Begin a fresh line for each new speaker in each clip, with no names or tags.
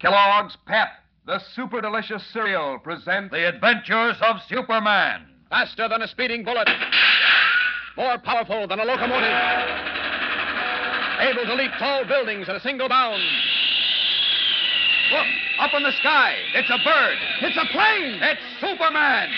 Kellogg's Pep, the super delicious cereal, presents The Adventures of Superman.
Faster than a speeding bullet. More powerful than a locomotive. Able to leap tall buildings in a single bound.
Look, up in the sky, it's a bird. It's a plane. It's Superman.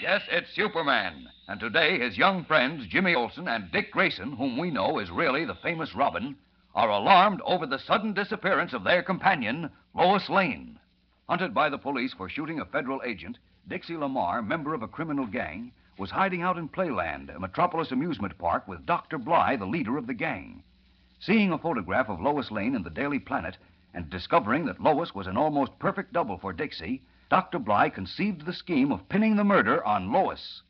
Yes, it's Superman. And today, his young friends, Jimmy Olsen and Dick Grayson, whom we know is really the famous Robin, are alarmed over the sudden disappearance of their companion, Lois Lane. Hunted by the police for shooting a federal agent, Dixie Lamar, member of a criminal gang, was hiding out in Playland, a metropolis amusement park, with Dr. Bly, the leader of the gang. Seeing a photograph of Lois Lane in the Daily Planet and discovering that Lois was an almost perfect double for Dixie, Dr. Bly conceived the scheme of pinning the murder on Lois.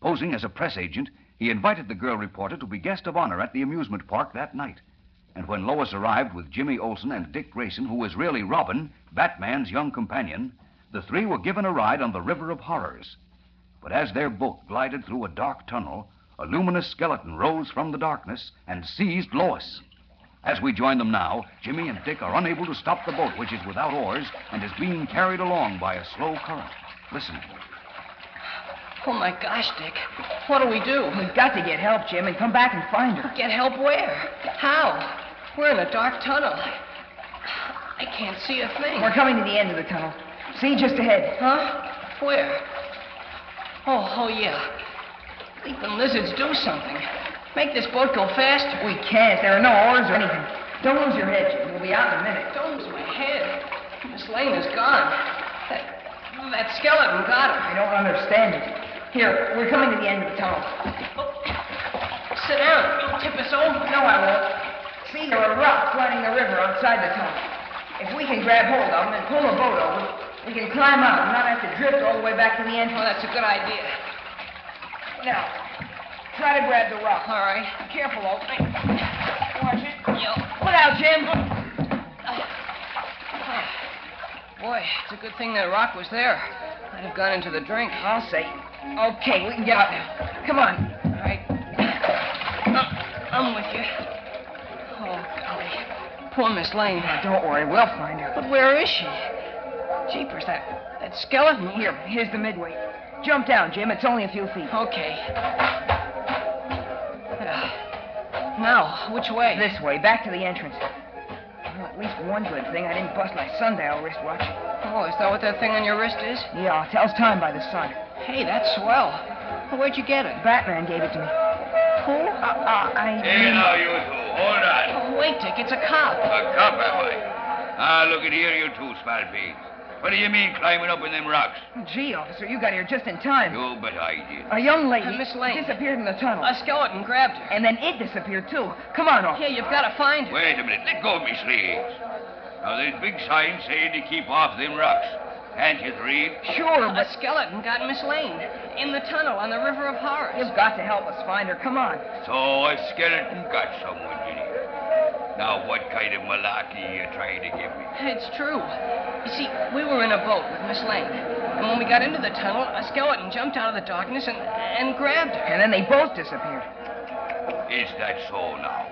Posing as a press agent, he invited the girl reporter to be guest of honor at the amusement park that night. And when Lois arrived with Jimmy Olsen and Dick Grayson, who was really Robin, Batman's young companion, the three were given a ride on the River of Horrors. But as their boat glided through a dark tunnel, a luminous skeleton rose from the darkness and seized Lois. As we join them now, Jimmy and Dick are unable to stop the boat, which is without oars and is being carried along by a slow current. Listen.
Oh my gosh, Dick. What do we do?
We've got to get help, Jim, and come back and find her.
Get help where? How? We're in a dark tunnel. I can't see a thing.
We're coming to the end of the tunnel. See, just ahead.
Huh? Where? Oh, oh yeah. Leaping lizards do something. Make this boat go faster.
We can't. There are no oars or anything. Don't lose your head, Jim. We'll be out in a minute.
Don't lose my head. Miss Lane is gone. That, that skeleton got her.
I don't understand it. Here, we're coming to the end of the tunnel.
Oh, sit down. You'll tip us over.
No, I won't. See, there are rocks lining the river outside the tunnel. If we can grab hold of them and pull the boat over, we can climb out and not have to drift all the way back to the
Oh,
entrance.
that's a good idea.
Now, try to grab the rock.
All right.
Careful, old thing. Watch it.
Yep.
Look out, Jim.
Boy, it's a good thing that rock was there. I'd have gone into the drink.
I'll say. Okay, we can get out now. Come on.
All right. I'm- I'm with you. Oh, golly. Poor Miss Lane.
Don't worry, we'll find her.
But where is she? Jeepers, that, that skeleton
Here,
here.
here's the midway. Jump down, Jim. It's only a few feet.
Okay. Uh, Now, which way?
This way, back to the entrance. Well, at least one good thing I didn't bust my sundial wristwatch.
Oh, is that what that thing on your wrist is?
Yeah, tells time by the sun.
Hey, that's swell. Where'd you get it?
Batman gave it to me. Who? Uh, uh, I.
Hey, now, you two, hold on.
Oh, wait, Dick, it's a cop.
A cop, am I? Ah, look at here, you two smart pigs. What do you mean climbing up in them rocks?
Gee, officer, you got here just in time.
You bet I did.
A young lady
Uh, Miss Lane.
disappeared in the tunnel.
A skeleton grabbed her.
And then it disappeared, too. Come on, officer.
Here, you've got to find her.
Wait a minute. Let go of me sleeves. Now, there's big signs saying to keep off them rocks. Can't you read?
Sure,
A
but
skeleton got Miss Lane in the tunnel on the River of Horrors.
you've got to help us find her. Come on.
So a skeleton got someone, did he? Now, what kind of malarkey are you trying to give me?
It's true. You see, we were in a boat with Miss Lane. And when we got into the tunnel, a skeleton jumped out of the darkness and, and grabbed her.
And then they both disappeared.
Is that so now?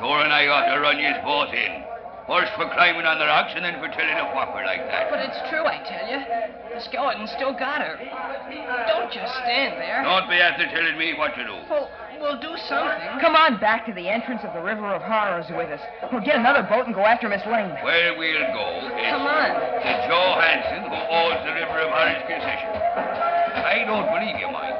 Sure and I ought to run you both in. First for climbing on the rocks and then for telling a whopper like that.
But it's true, I tell you. The skeleton still got her. Don't just stand there.
Don't be after telling me what to do.
Well, we'll do something.
Come on back to the entrance of the River of Horrors with us. We'll get another boat and go after Miss Lane.
Where we'll go is
Come on.
to Joe Hanson, who owns the River of Orange concession. I don't believe you, Mike,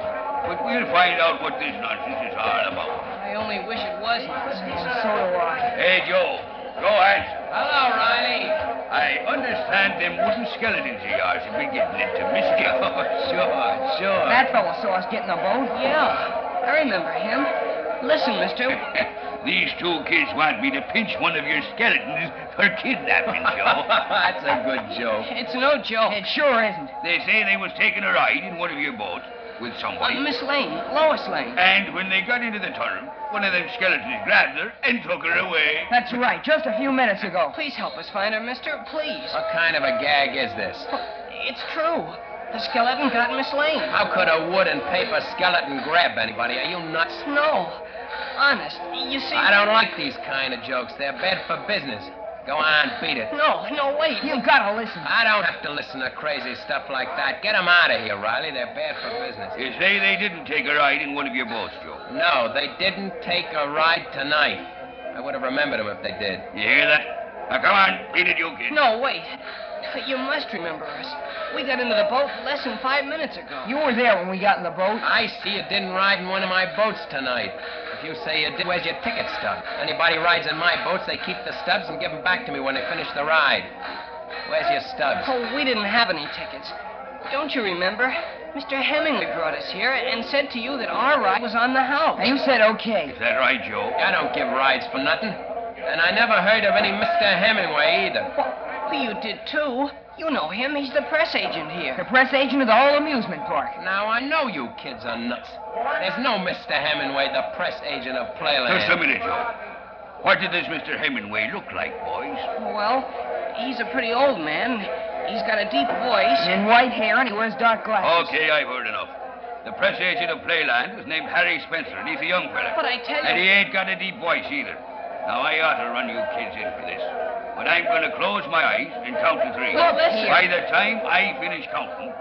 but we'll find out what this nonsense is all about.
I only wish it was nonsense.
So do I.
Hey, Joe. Joe Hanson.
Hello, Riley.
I understand them wooden skeletons of yours have been getting into mischief. Oh, sure, sure.
That fellow saw us getting a boat.
Yeah, I remember him. Listen, mister.
These two kids want me to pinch one of your skeletons for kidnapping, Joe. That's a good joke.
It's no joke.
It sure isn't.
They say they was taking a ride in one of your boats with somebody.
Uh, Miss Lane, Lois Lane.
and when they got into the tunnel, one of them skeletons grabbed her and took her away.
That's right, just a few minutes ago.
Please help us find her, mister. Please.
What kind of a gag is this?
It's true. The skeleton got Miss Lane.
How could a wood and paper skeleton grab anybody? Are you nuts?
No. Honest. You see.
I don't like these kind of jokes. They're bad for business. Go on, beat it.
No, no, wait.
You gotta listen.
I don't have to listen to crazy stuff like that. Get them out of here, Riley. They're bad for business.
They say they didn't take a ride in one of your boats, Joe.
No, they didn't take a ride tonight. I would have remembered them if they did.
You hear that? Now, come on, beat it, you kid.
No, wait. You must remember us. We got into the boat less than five minutes ago.
You were there when we got in the boat.
I see you didn't ride in one of my boats tonight. If you say you did, where's your ticket stub? Anybody rides in my boats, they keep the stubs and give them back to me when they finish the ride. Where's your stubs?
Oh, we didn't have any tickets. Don't you remember? Mr. Hemingway brought us here and said to you that our ride was on the house.
Now you said okay.
Is that right, Joe?
I don't give rides for nothing. And I never heard of any Mr. Hemingway either.
Well, you did too. You know him. He's the press agent
The
here.
press agent of the whole amusement park.
Now, I know you kids are nuts. There's no Mr. Hemingway, the press agent of Playland.
Just a minute, Joe. What did this Mr. Hemingway look like, boys?
Well, he's a pretty old man. He's got a deep voice.
And white hair, and he wears dark glasses.
Okay, I've heard enough. The press agent of Playland is named Harry Spencer, and he's a young fella.
But I tell you-
And he ain't got a deep voice either. Now, I ought to run you kids in for this. But I'm going to close my eyes and count to three.
Well, listen.
By the time I finish counting,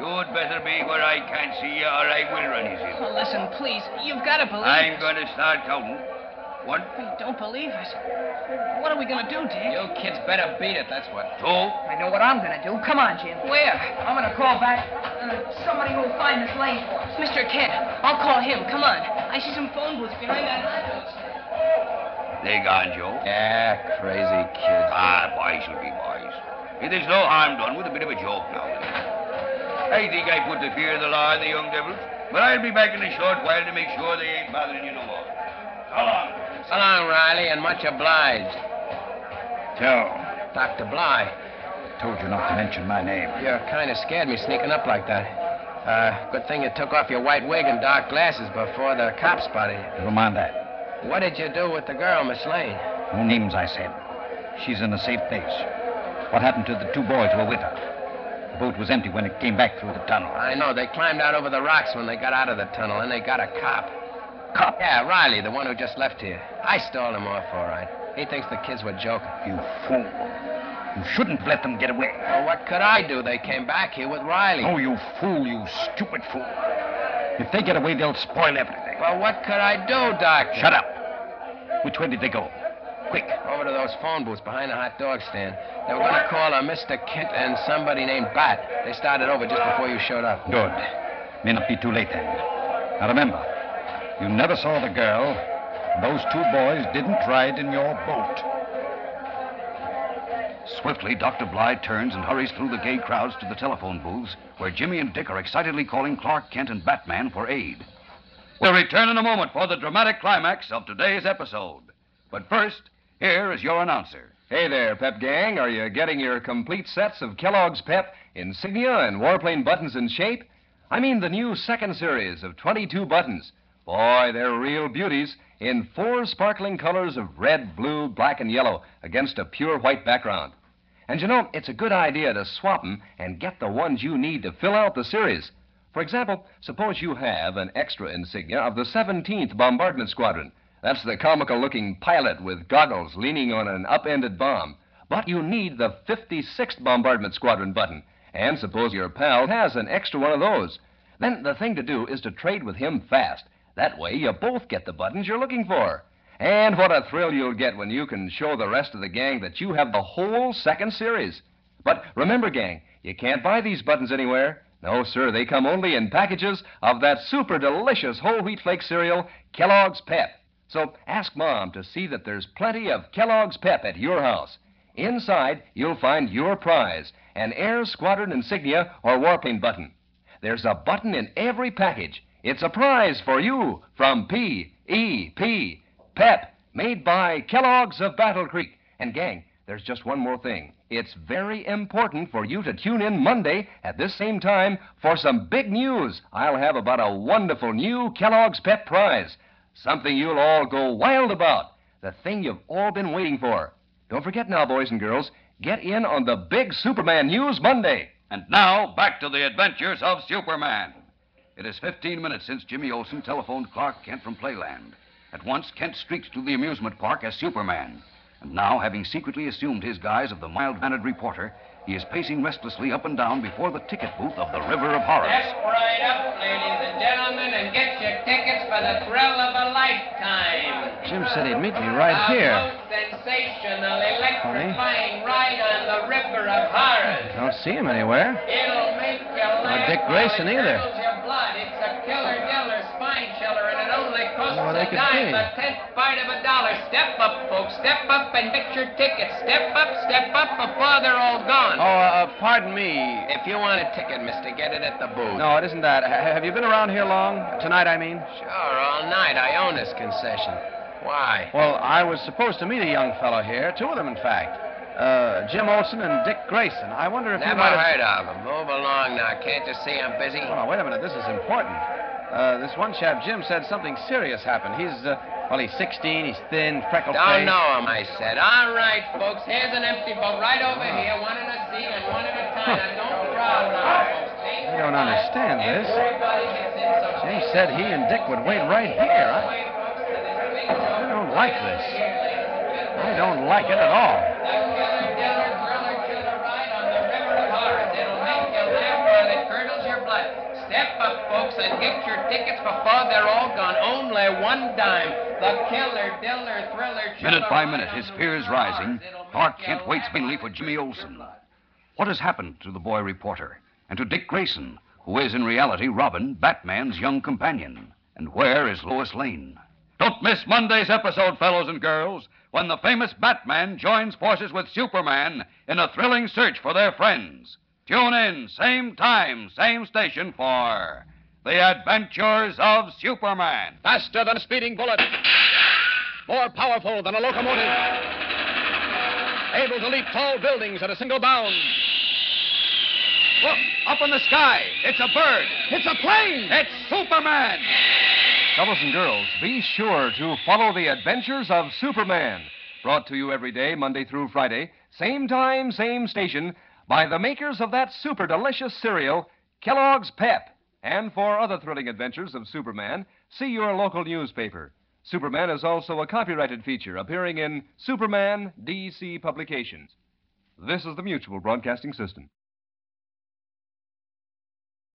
you'd better be where I can't see you, or I will run you in.
Well, listen, please. You've got to believe
I'm
us.
going to start counting. One,
You don't believe us. What are we going to do, Dick?
You kids better beat it, that's what.
two,
I know what I'm gonna do. Come on, Jim.
Where?
I'm gonna call back uh, somebody who'll find Miss Lane for us.
Mr. Kent. I'll call him. Come on. I see some phone booths behind that lighthouse.
they gone, Joe.
Yeah, crazy kids.
Ah, boys will be boys. It is no harm done with a bit of a joke now. and then. I think I put the fear of the law in the young devils, but I'll be back in a short while to make sure they ain't bothering you no more. So long.
So long, Riley, and much obliged.
Joe,
Dr. Bly,
told you not to mention my name.
you Oh, kind of scared me sneaking up like that. Uh, good thing you took off your white wig and dark glasses before the cops spotted
Never mind that.
you. What did you do with the girl, Miss Lane?
No names, I said. She's in a safe place. What happened to the two boys who were with her? The boat was empty when it came back through the tunnel.
I know. They climbed out over the rocks when they got out of the tunnel, and they got a cop.
Cop?
Yeah, Riley, the one who just left here. I stalled him off, all right. He thinks the kids were joking.
You fool. You shouldn't have let them get away.
Well, what could I do? They came back here with Riley.
Oh, you fool, you stupid fool. If they get away, they'll spoil everything.
Well, what could I do, Doctor?
Shut up. Which way did they go? Quick.
Over to those phone booths behind the hot dog stand. They were going to call a Mr. Kent and somebody named Bat. They started over just before you showed up.
Good. May not be too late then. Now remember, you never saw the girl. Those two boys didn't ride in your boat.
Swiftly, Dr. Bly turns and hurries through the gay crowds to the telephone booths, where Jimmy and Dick are excitedly calling Clark Kent and Batman for aid. We'll return in a moment for the dramatic climax of today's episode. But first, here is your announcer.
Hey there, Pep Gang. Are you getting your complete sets of Kellogg's Pep, insignia, and warplane buttons in shape? I mean the new second series of 22 buttons. Boy, they're real beauties in four sparkling colors of red, blue, black, and yellow against a pure white background. And you know, it's a good idea to swap 'em and get the ones you need to fill out the series. For example, suppose you have an extra insignia of the 17th Bombardment Squadron.
That's the comical looking pilot with goggles leaning on an upended bomb. But you need the 56th Bombardment Squadron button. And suppose your pal has an extra one of those. Then the thing to do is to trade with him fast. That way you both get the buttons you're looking for. And what a thrill you'll get when you can show the rest of the gang that you have the whole second series. But remember, gang, you can't buy these buttons anywhere. No, sir, they come only in packages of that super delicious whole wheat flake cereal, Kellogg's Pep. So ask Mom to see that there's plenty of Kellogg's Pep at your house. Inside, you'll find your prize an Air Squadron insignia or warplane button. There's a button in every package. It's a prize for you from P.E.P. Pep, made by Kellogg's of Battle Creek. And, gang, there's just one more thing. It's very important for you to tune in Monday at this same time for some big news. I'll have about a wonderful new Kellogg's Pet Prize. Something you'll all go wild about. The thing you've all been waiting for. Don't forget now, boys and girls, get in on the big Superman news Monday.
And now, back to the adventures of Superman. It is 15 minutes since Jimmy Olsen telephoned Clark Kent from Playland. At once, Kent streaks to the amusement park as Superman. And now, having secretly assumed his guise of the mild mannered reporter, he is pacing restlessly up and down before the ticket booth of the River of Horrors.
Step right up, ladies and gentlemen, and get your tickets for the thrill of a lifetime.
Jim said he'd meet me right
a
here.
most sensational, electrifying ride on the River of Horrors.
Don't see him anywhere.
It'll make you laugh.
Dick Grayson
till it
either.
curdles Your blood. It's a killer, killer, spine chiller, and it only costs
Well, they
a
could be.
dime, a tenth part of a dollar. Step up, folks. Step up and get your tickets. Step up, step up before they're all gone.
Oh, uh, pardon me.
If you want a ticket, mister, get it at the booth.
No, it isn't that. H- have you been around here long? Tonight, I mean?
Sure, all night. I own this concession. Why?
Well, I was supposed to meet a young fellow here, two of them, in fact. Uh, Jim Olson and Dick Grayson. I wonder if you
Never
might have...
heard of him. Move along now. Can't you see I'm busy?
Well, now, wait a minute. This is important. Uh, this one chap, Jim, said something serious happened. He's, uh, well, he's 16, he's thin, freckled
Oh,
face.
Don't know him, I said. All right, folks. Here's an empty boat right
Oh.
over here. One in a seat and one at a time. Now, don't crowd now, folks. Take
I
your
don't
time.
understand this.
Everybody gets in so
Jim said he and Dick would wait right here. I, I don't like this. I don't like it at all.
Step up, folks, and get your tickets before they're all gone. Only one dime. The killer, diller, thriller,
Minute
chiller
by
ride
minute,
on
his
the
fears
river
rising,
Orange. It'll make
Clark
you
Kent waits
laugh
mainly
till
for
you
Jimmy
lose
Olsen.
your blood.
What has happened to the boy reporter and to Dick Grayson, who is in reality Robin, Batman's young companion? And where is Lois Lane? Don't miss Monday's episode, fellows and girls, when the famous Batman joins forces with Superman in a thrilling search for their friends. Tune in, same time, same station for The Adventures of Superman.
Faster than a speeding bullet. More powerful than a locomotive. Able to leap tall buildings at a single bound.
Look, up in the sky. It's a bird. It's a plane. It's Superman.
Fellows and girls, be sure to follow the adventures of Superman. Brought to you every day, Monday through Friday, same time, same station, by the makers of that super delicious cereal, Kellogg's Pep. And for other thrilling adventures of Superman, see your local newspaper. Superman is also a copyrighted feature appearing in Superman DC Publications. This is the Mutual Broadcasting System.